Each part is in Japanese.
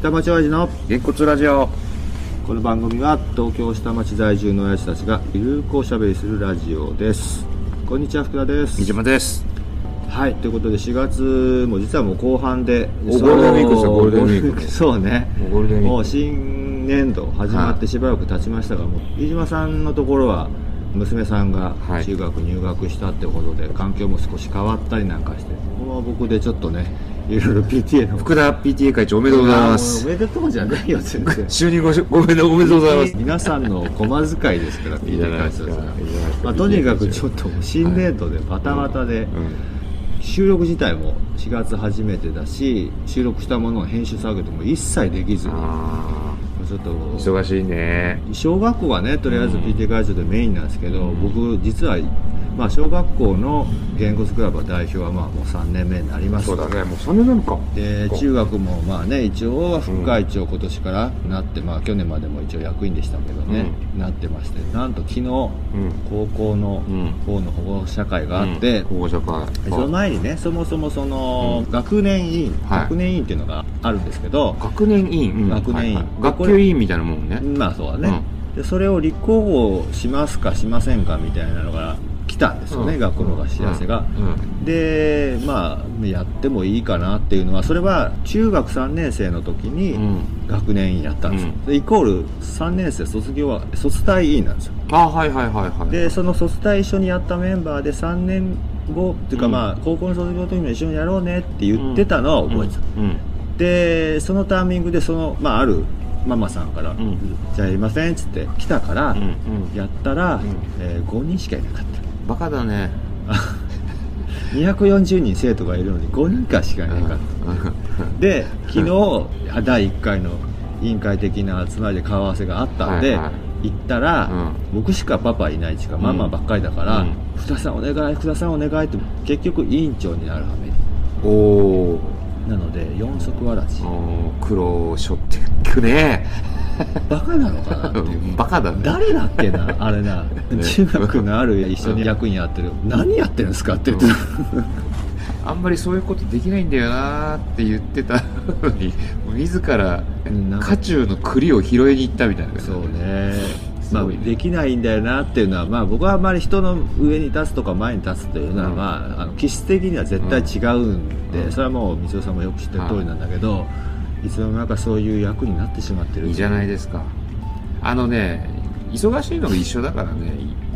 下町親父のげんこつラジオこの番組は東京下町在住の親父たちがゆるくおしゃべりするラジオですこんにちは福田です三島ですはいということで4月も実はもう後半でおゴールデンウィークですそようゴールデンウィークゴ そうねもうゴールデンウィークもう新年度始まっはていしばらく経ちましたが、もう飯島さんのところは娘さんがはい中学入学したってことで、環境も少し変わったりなんかしてこれは僕でちょっとねいろいろ PTA の福田 PTA 会長おめでとうございまあーすもうおめでとうじゃないよ全然就任ごしごめんなおめでとうございます皆さんの駒遣いですからいいじゃ PTA ない会です長でかすからいいじゃないですかまあ、とにかくちょっともう新年度でバタバタで、うん収録自体も4月初めてだし収録したものを編集作業でも一切できずにあちょっとー忙しいね小学校はねとりあえずうん PT 会長でメインなんですけど、うん僕実は、まあ、小学校の言語クラブは代表はまあもう3年目になりますそうだねもう3年なのかで中学もまあね一応は副会長今年からなって、まあ去年までも一応役員でしたけどね、なってましてなんと昨日、高校のうん方の保護者会があって、うん保護者会その前にねそもそもその、う学年委員、はい学年委員っていうのがあるんですけど、学年委員、うん学年委員はいはい学級委員みたいなもんねまあそうだね、でそれを立候補しますかしませんかみたいなのが来たんですよね、うん学校の方が知らせが、うんうんでまあやってもいいかなっていうのはそれは中学3年生の時に、うん学年委員やったんですよ、うんでイコール3年生卒業は卒対委員なんですよあーはいはいはいはいでその卒対一緒にやったメンバーで3年後っていうか、うんまあ高校の卒業の時も一緒にやろうねって言ってたのは覚えてた、うんうんでそのタイミングでその、まあ、あるママさんから「んじゃあやりません」っつって来たから、うんうんやったら、んえー5人しかいなかったバカだね240人生徒がいるのに5人かしかいなかった、で昨日第1回の委員会的な集まりで顔合わせがあったんで、はいは行ったら、う僕しかパパいないしかママばっかりだからうん「福田さんお願い福田さんお願い」って結局委員長になるはめおおなので四足わらじー苦労しょってくね バカなのかなっていうバカだね誰だっけなあれな ね中学のある一緒に役員やってる何やってるんですかって言ってあんまりそういうことできないんだよなーって言ってたのに自らうんなんか家中の栗を拾いに行ったみたいなそうねすまあ、ごいねできないんだよなっていうのは、まあ、僕はあんまり人の上に立つとか前に立つというのは、うんまあ、あの気質的には絶対違うんで、うんそれはもう光代さんもよく知ってる通りなんだけど、い、つの間にかそういう役になってしまってるいいじゃないでですかあのね忙しいのが一緒だからね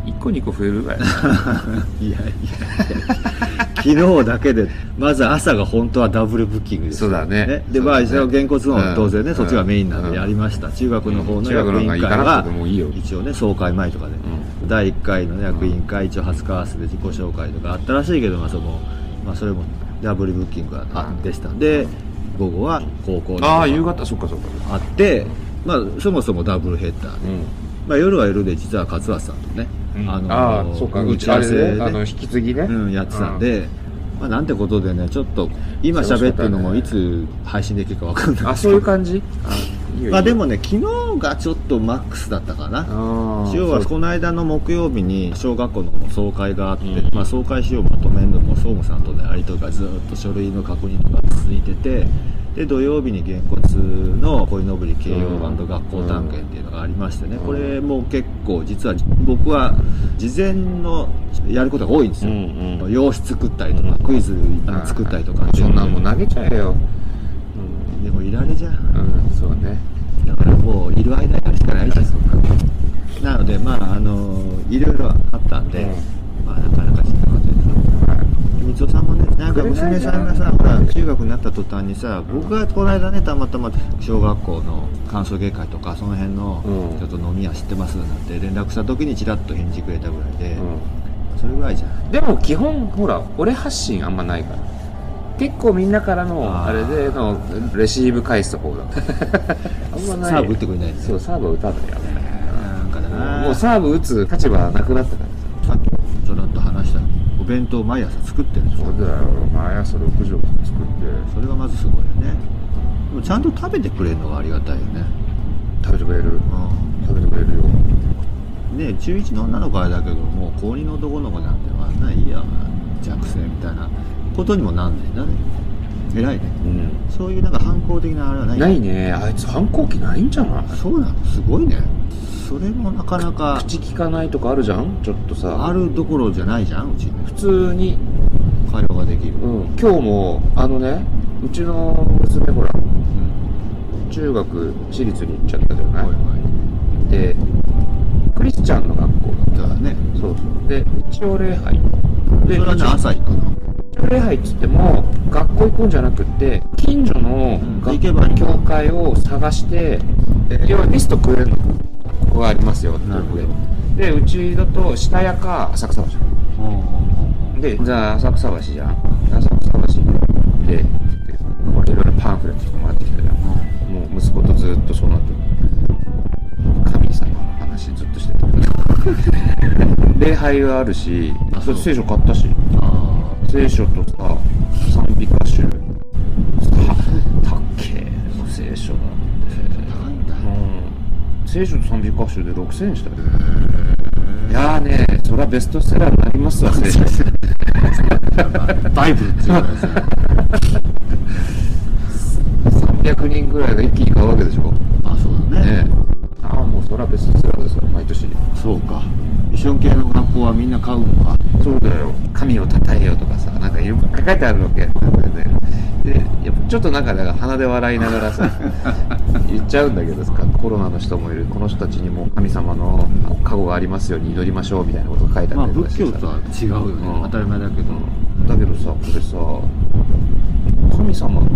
1個2個増え るぐらい いやいやいや昨日だけでまず朝が本当はダブルブッキングですそうだねでまあそうだね一応原骨うのん当然ね、そっちがメインなんうんでやりました、中学の方の中学役の員会方が行かなはくてもいいよ一応ね総会前とかで、う第1回の、ね、役員会一応初顔合わせで自己紹介とかあったらしいけど、まあそのまあ、それもダブルブッキングがあでしたんで午後は高校のああ夕方そっかそっかあって、まあ、そもそもダブルヘッダーで、まあ、夜は夜で実は勝俣さんとね、うんあのあーそっか打うちち合あわれせねで、あの引き継ぎねうん、やってたんで、まあ、なんてことでねちょっと今喋ってるのもいつ配信できるかわかんないあそういう感じあいいよいいよまあでもね昨日がちょっとマックスだったかなあー要はこの間の木曜日に小学校の総会があって、まあ、総会資料をまとめるのも総務さんとのやり取りがずっと書類の確認とか続いててで土曜日に原骨の恋のぼり慶応バンド学校探検っていうのがありましてね、うんこれも結構実は僕は事前のやることが多いんですよ、うんうん洋紙作ったりとか、クイズ作ったりとかっていそうんのなもん投げちゃえよでもいられじゃんうん、うん、そうねだからもういる間やるしかないじゃないですかなのでまああのいろいろあったんで、まあなかなかしんどかったです光代さんもねなんか娘さんがさほら中学になった途端にさ僕がこの間ねたまたま小学校の歓送迎会とかその辺のうんちょっと飲み屋知ってますなんて連絡した時にちらっと返事くれたぐらいで、うそれぐらいじゃんん、でも基本ほら俺発信あんまないから結構みんなからのあーあれでのレシーブ返す方だ あんまないサーブ打ってくれないんですそようサーブは打たないよねなんかだなもうサーブ打つ立場はなくなったからささっきちょろっと話したお弁当を毎朝作ってるんですよだよ毎朝6時起作ってそれがまずすごいよねでもちゃんと食べてくれるのがありがたいよね食べてくれるう食べてくれるよんね中1の女の子はあれだけどもう高2の男の子なんてあんないいや弱性みたいなことにもなんないんだね偉いねうんそういうなんか反抗的なあれはないないねあいつ反抗期ないんじゃないそうなのすごいねそれもなかなか口聞かないとかあるじゃんちょっとさあるどころじゃないじゃんうち普通に、会話ができる、ううんん、今日もあのねうちの娘ほら中学私立に行っちゃったじゃない、でクリスチャンの学校だだからねったそうそうで一応礼拝そでれはね朝行くの一応礼拝っつっても学校行くんじゃなくって近所のうん学行けばいい教会を探して、え要はリストくれるのここがありますよってなるほどでうちだと下谷か浅草橋で、じゃあ浅草橋じゃん。浅草橋で、でこれいろいろパンフレットとかもらってきたじゃん。もう息子とずっとその後、神様の話ずっとしてた。 礼拝があるしあ、そそうれ聖書買ったし、あ聖書とさ、賛美歌集。はたっけー聖書なんあて。高いん だうん聖書と賛美歌集で6000円したよ。いやーね、そりゃベストセラーになりますわ、 聖書。バイブルっていうのはさ300人ぐらいが一気に買うわけでしょねあそうだね えああもうそらベストセラーですよ毎年そうかミッション系の学校はみんな買うのかそうだよ神を称えよとかさなんかいろいろ書いてあるわけなんかねでやっぱちょっとなんかだから鼻で笑いながら さ言っちゃうんだけどさコロナの人もいるこの人たちにも神様の加護がありますように祈りましょうみたいなことが書いてまああったりとかし仏て教さ、とは違うよね、うん当たり前だけど、だけどさこれさ神様って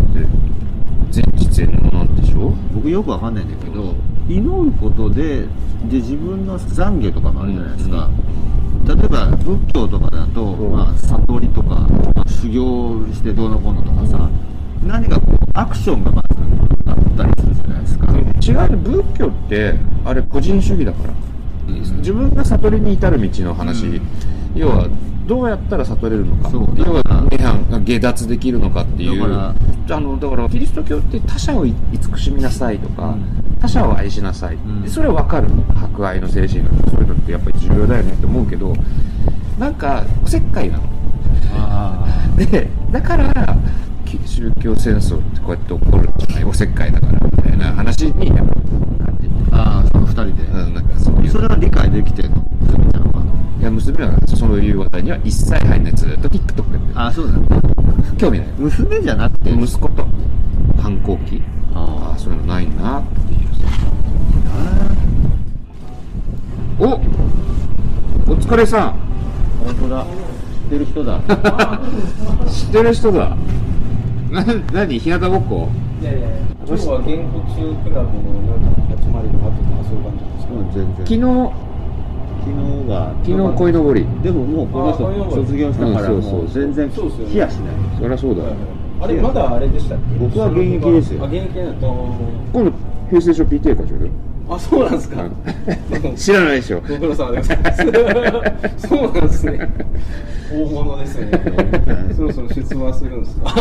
全知全能なんでしょ僕よくわかんないんだけど祈ることでで自分の懺悔とかもあるじゃないですか、例えば仏教とかだと、うんまあ、悟りとか、まあ修行してどうのこうのとかさ、何かこうアクションがまずあったりするじゃないですか、違うね仏教ってあれ個人主義だから自分が悟りに至る道の話、うん要はどうやったら悟れるのかそう要だからは涅槃が下脱できるのかっていうだかあのだからキリスト教って他者を慈しみなさいとか、う他者を愛しなさい、んでそれは分かる博愛の精神とかそういうのってやっぱり重要だよねって思うけどなんかおせっかいなのあでだからき宗教戦争ってこうやって起こるんじゃないおせっかいだからみたいな話にやっぱ感じてーあーその二人で、うんなんかそういうそれは理解できてるの娘ちゃんはいや娘はそういう話題には一切入んないずっと TikTok やってるああそうだね興味ない娘じゃなくてで息子と反抗期あああそういうのないなっていうおお疲れさん本当だ知ってる人 だ知ってる人だな何日向ぼっこいやいや、今日は言語中クラブのなんか集まりがあったとかそういう感じなんですか。うん全昨日然昨日が昨日鯉のぼりでももうこのあこういうの人も卒業したからうんそうそうもう全然そうですよね冷やしないそりゃそうだあれまだあれでしたっけ？僕は現役ですよあ現役なんだあ今度平成書 PTA 会長だよーあ、そうなんです か。知らないでしょご苦労様でございます。 そうなんですね。大物ですね。そろそろ出馬するんですか。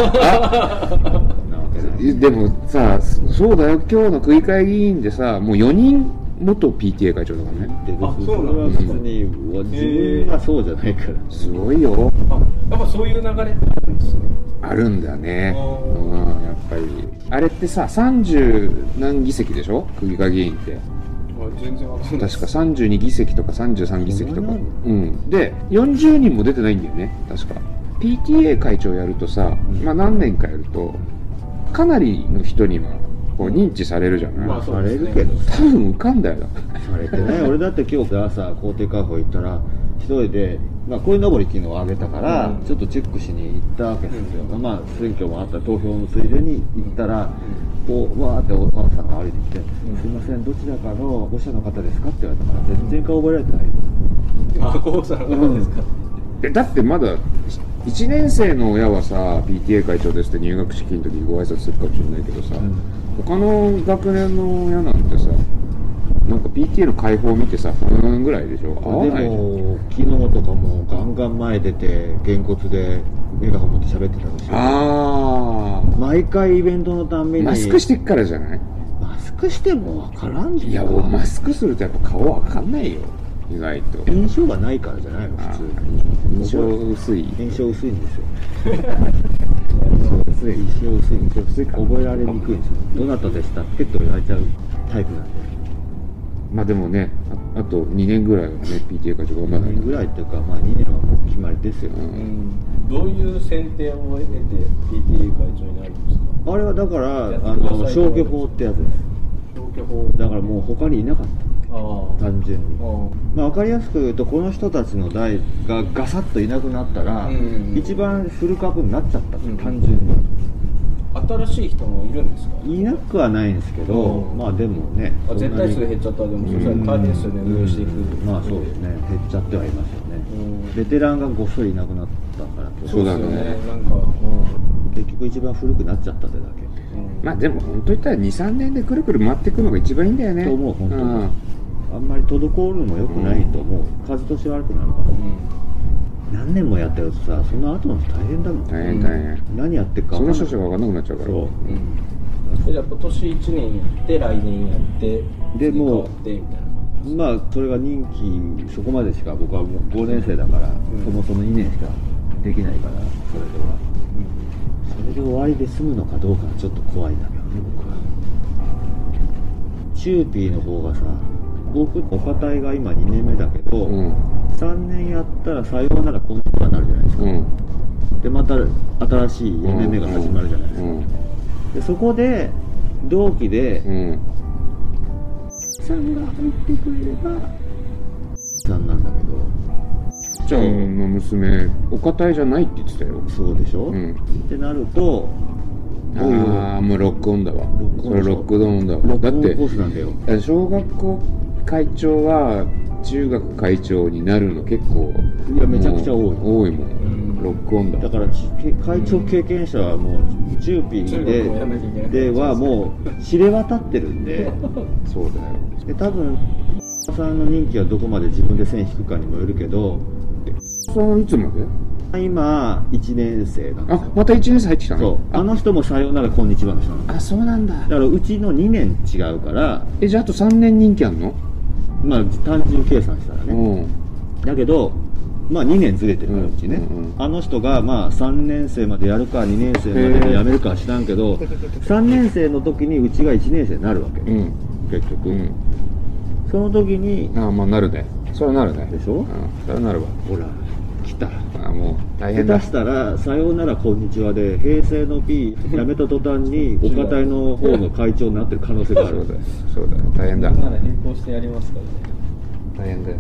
でもさそうだよ今日の区議会議員でさもう4人元 PTA 会長だからねで別にあそうなそれはの別に自分はそうじゃないからすごいよあ、やっぱそういう流れってあるんですね。あるんだねあーうんやっぱりあれってさ30何議席でしょ区議会議員ってあ全然わかんない確かです。 32議席とか33議席とかそんなうんで40人も出てないんだよね確か PTA 会長やるとさ、んまあ、何年かやるとかなりの人にはこう認知されるじゃない、まあそうさでれすねるけど多分浮かんだよなされてない俺だって今日朝校庭開放行ったら一人で、まあ、こういうのぼりっていうのをあげたから、うんちょっとチェックしに行ったわけですよ、まあ選挙もあった投票のついでに行ったら、こうわーってお母さんが歩いてきて、んすいませんどちらかの保護者の方ですか?」って言われたから全然顔覚えられてない、あ、こうさんなんですか。えだってまだ1年生の親はさ PTA 会長ですって入学式の時にご挨拶するかもしれないけどさ、他の学年の親なんてさなんか PTA の解放を見てさふーんぐらいでしょ合わでないじゃんも昨日とかもガンガン前出てげんこつでメガホン持って喋ってたしああ毎回イベントのたんびにマスクしてっからじゃないマスクしても分からんじゃんいやもうマスクするとやっぱ顔わかんないよ意外と印象がないからじゃないの普通あー印象薄い印象薄いんですよそうですね一応薄い一応薄いから覚えられにくいんですよどなたでしたっけって言われちゃうタイプなんでまあでもねああと2年ぐらいはね PTA 会長頑2張らない年とぐらいっていうかまあ2年はもう決まりですよ、うんうんどういう選定を得て PTA 会長になるんですかあれはだからあやってくださいの消去法ってやつです消去法だからもう他にいなかっあた単純にああまあ、分かりやすく言うとこの人たちの代がガサッといなくなったら、うんうんうん一番フル株になっちゃった、ん単純あ新しい人もいるんですかにいなくはないんですけど、うんまあでもねあ絶対数減っちゃったらでもそしたら大変ですよね運営していくまあそうですね減っちゃってはいますよね、うんベテランがごっそりいなくなったからとそうだねですよなんかうん結局一番古くなっちゃったってだけうんまあでも本当言ったら23年でくるくる回っていくのが一番いいんだよねと思う本当に、んあんまり滞るのも良くないと思う、数として悪くなるから何年もやってるとさその後の人大変だもん大変大変、何やってるかそ分のかん少ない々が分かんなくなっちゃうからそううんでじゃあ今年1年やって来年やってで次もう変わってみたいなまあそれが任期そこまでしか僕はもう5年生だから、んそもそも2年しかできないからそれではそれで終わりで済むのかどうかはちょっと怖いんだけどね僕はチューピーの方がさ僕お堅いが今2年目だけど、うん3年やったらさようならこんなことになるじゃないですか、うんでまた新しい4年目が始まるじゃないですか、でそこで同期で、うんうんさんが入ってくれればさんなんだけどじゃあの娘お堅いじゃないって言ってたよそうでしょ、うんってなるとあおいおいあーもうロックオンだわロックオンそれでしょロックオンだロわックだオンってコースなんだよ小学校会長は中学会長になるの結構いやめちゃくちゃ多いもう多いもんロックオンだだからちけ会長経験者はもうチューピ中学もやんなきゃいけなーいでではもう知れ渡ってるんでそうだよで多分さんの任期はどこまで自分で線引くかにもよるけどそのいつまで今1年生なんですあよまた1年生入ってきたそのうあの人もさようならこんにちはの人なんですあそうなんだだからうちの2年違うからえじゃああと3年人気あんのまあ単純計算したらね、だけど、まあ、2年ずれてるからうんうちね、うんうんあの人がまあ3年生までやるか2年生までにやめるかは知らんけど3年生の時にうちが1年生になるわけ、うん結局、うんその時にああまあなるねそれはなるねでしょうんそれはなるわほら来たああもう大下変だ手したら「さようならこんにちは」で平成の P 辞めた途端 にお堅いの方の会長になってる可能性があそ うだるよそうだよ大変だまだ変更してやりますからね大変だよ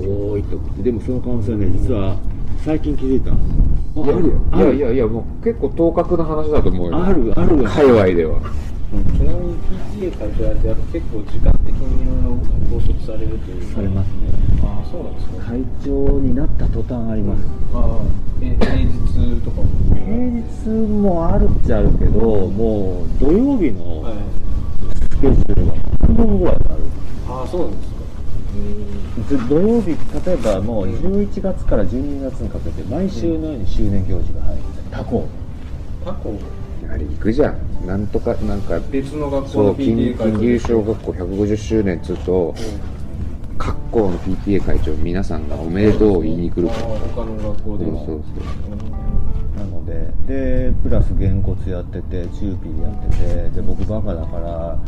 多いとでもその可能性はね実は最近気づいたのいあやるいやいやもう結構当確な話だと思うよあるあるわ界隈ではちなみに PTA 会長やってやっぱ結構時間的にいろいろ拘束されるというかされますねああそうなんですか会長になった途端ありますああえ平日とかも平日もあるっちゃあるけどもう土曜日はのいスケジュールが半分ぐらいあるああそうなんですかず土曜日例えばもう11月から12月にかけて毎週のように周年行事が入る他校他校あれ行くじゃんなんとかなんか別の学校そのう金 PTA 会金長融小学校150周年っつうと各校の PTA 会長皆さんがおめでとうを言いに来るあかあらそう他の学校でそうはそうなのででプラスげんこつやっててチューピーやっててで僕バカだから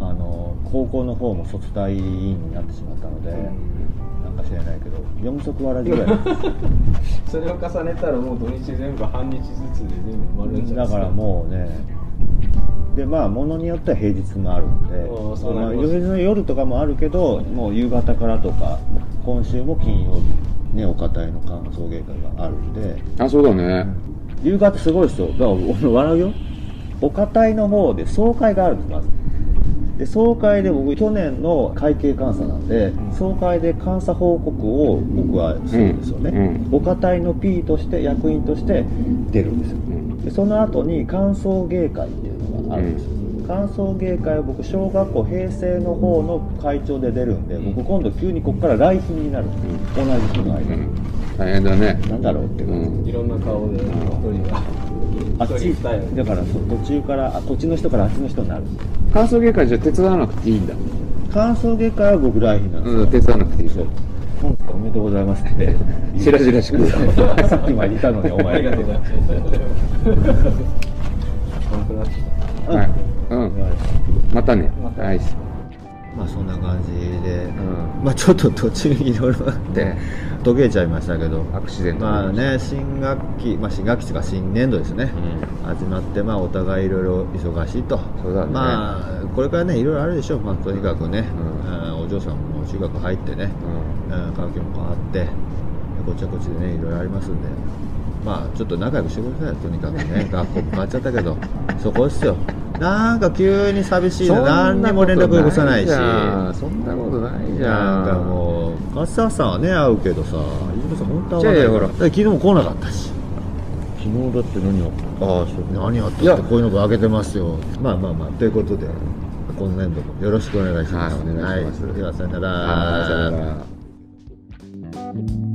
あの高校の方も卒大委員になってしまったので、なんか知らないけど四足わらじぐらいそれを重ねたらもう土日全部半日ずつで全部埋まるんじゃないだですかからもうねでまあものによっては平日もあるんでおーそうまなあります夜の夜とかもあるけどもう夕方からとか今週も金曜日ねお堅いの歓送迎会があるんであそうだね夕方すごい人だから俺笑うよお堅いの方で総会があるんですまずで総会で僕去年の会計監査なんで総会で監査報告を僕はするんですよね、うんお堅いの P として役員として出るんですよ、うんでその後に歓送迎会っていうのがあるんですよ、歓送迎会は僕小学校平成の方の会長で出るんで僕今度急にここから来賓になる、同じ日の間うに、ん大変だねなんだろうってう感じ、んいろんな顔で一人があっ一人ち二重だからそう途中からあこっちの人からあっちの人になる感想芸会じゃ手伝わなくていいんだ歓送迎会は僕来賓なんですうよん手伝わなくていいそそうう本日おめでとうございます ってしらじらしく さっきまでいたのにお前ありがとうございます。寒くなってきた。はいうん、またねはいまあそんな感じで、んまあちょっと途中にいろいろあって途切れちゃいましたけどアクシデントまあね新学期まあ新学期とか新年度ですね、始まってまあお互いいろいろ忙しいとそうだねまあこれからねいろいろあるでしょうまあとにかくね、ううんお嬢さんも中学入ってね、うんうん、環境も変わってごちゃごちゃでねいろいろありますんでまあちょっと仲良くしてくださいとにかく ね学校も変わっちゃったけどそこですよなんか急に寂しいな何にも連絡よこさないしそんなことないじゃなんそんなことないじゃんんかもうガッサーさんはね会うけどさ飯塚さん本当はじゃあ会ほわならいだって昨日も来なかったし昨日だって何ああそう何あったいやってこういうのがあげてますよまあまあまあということで今年度もよろしくお願いします、はいお願いしますではさよならあーさよなら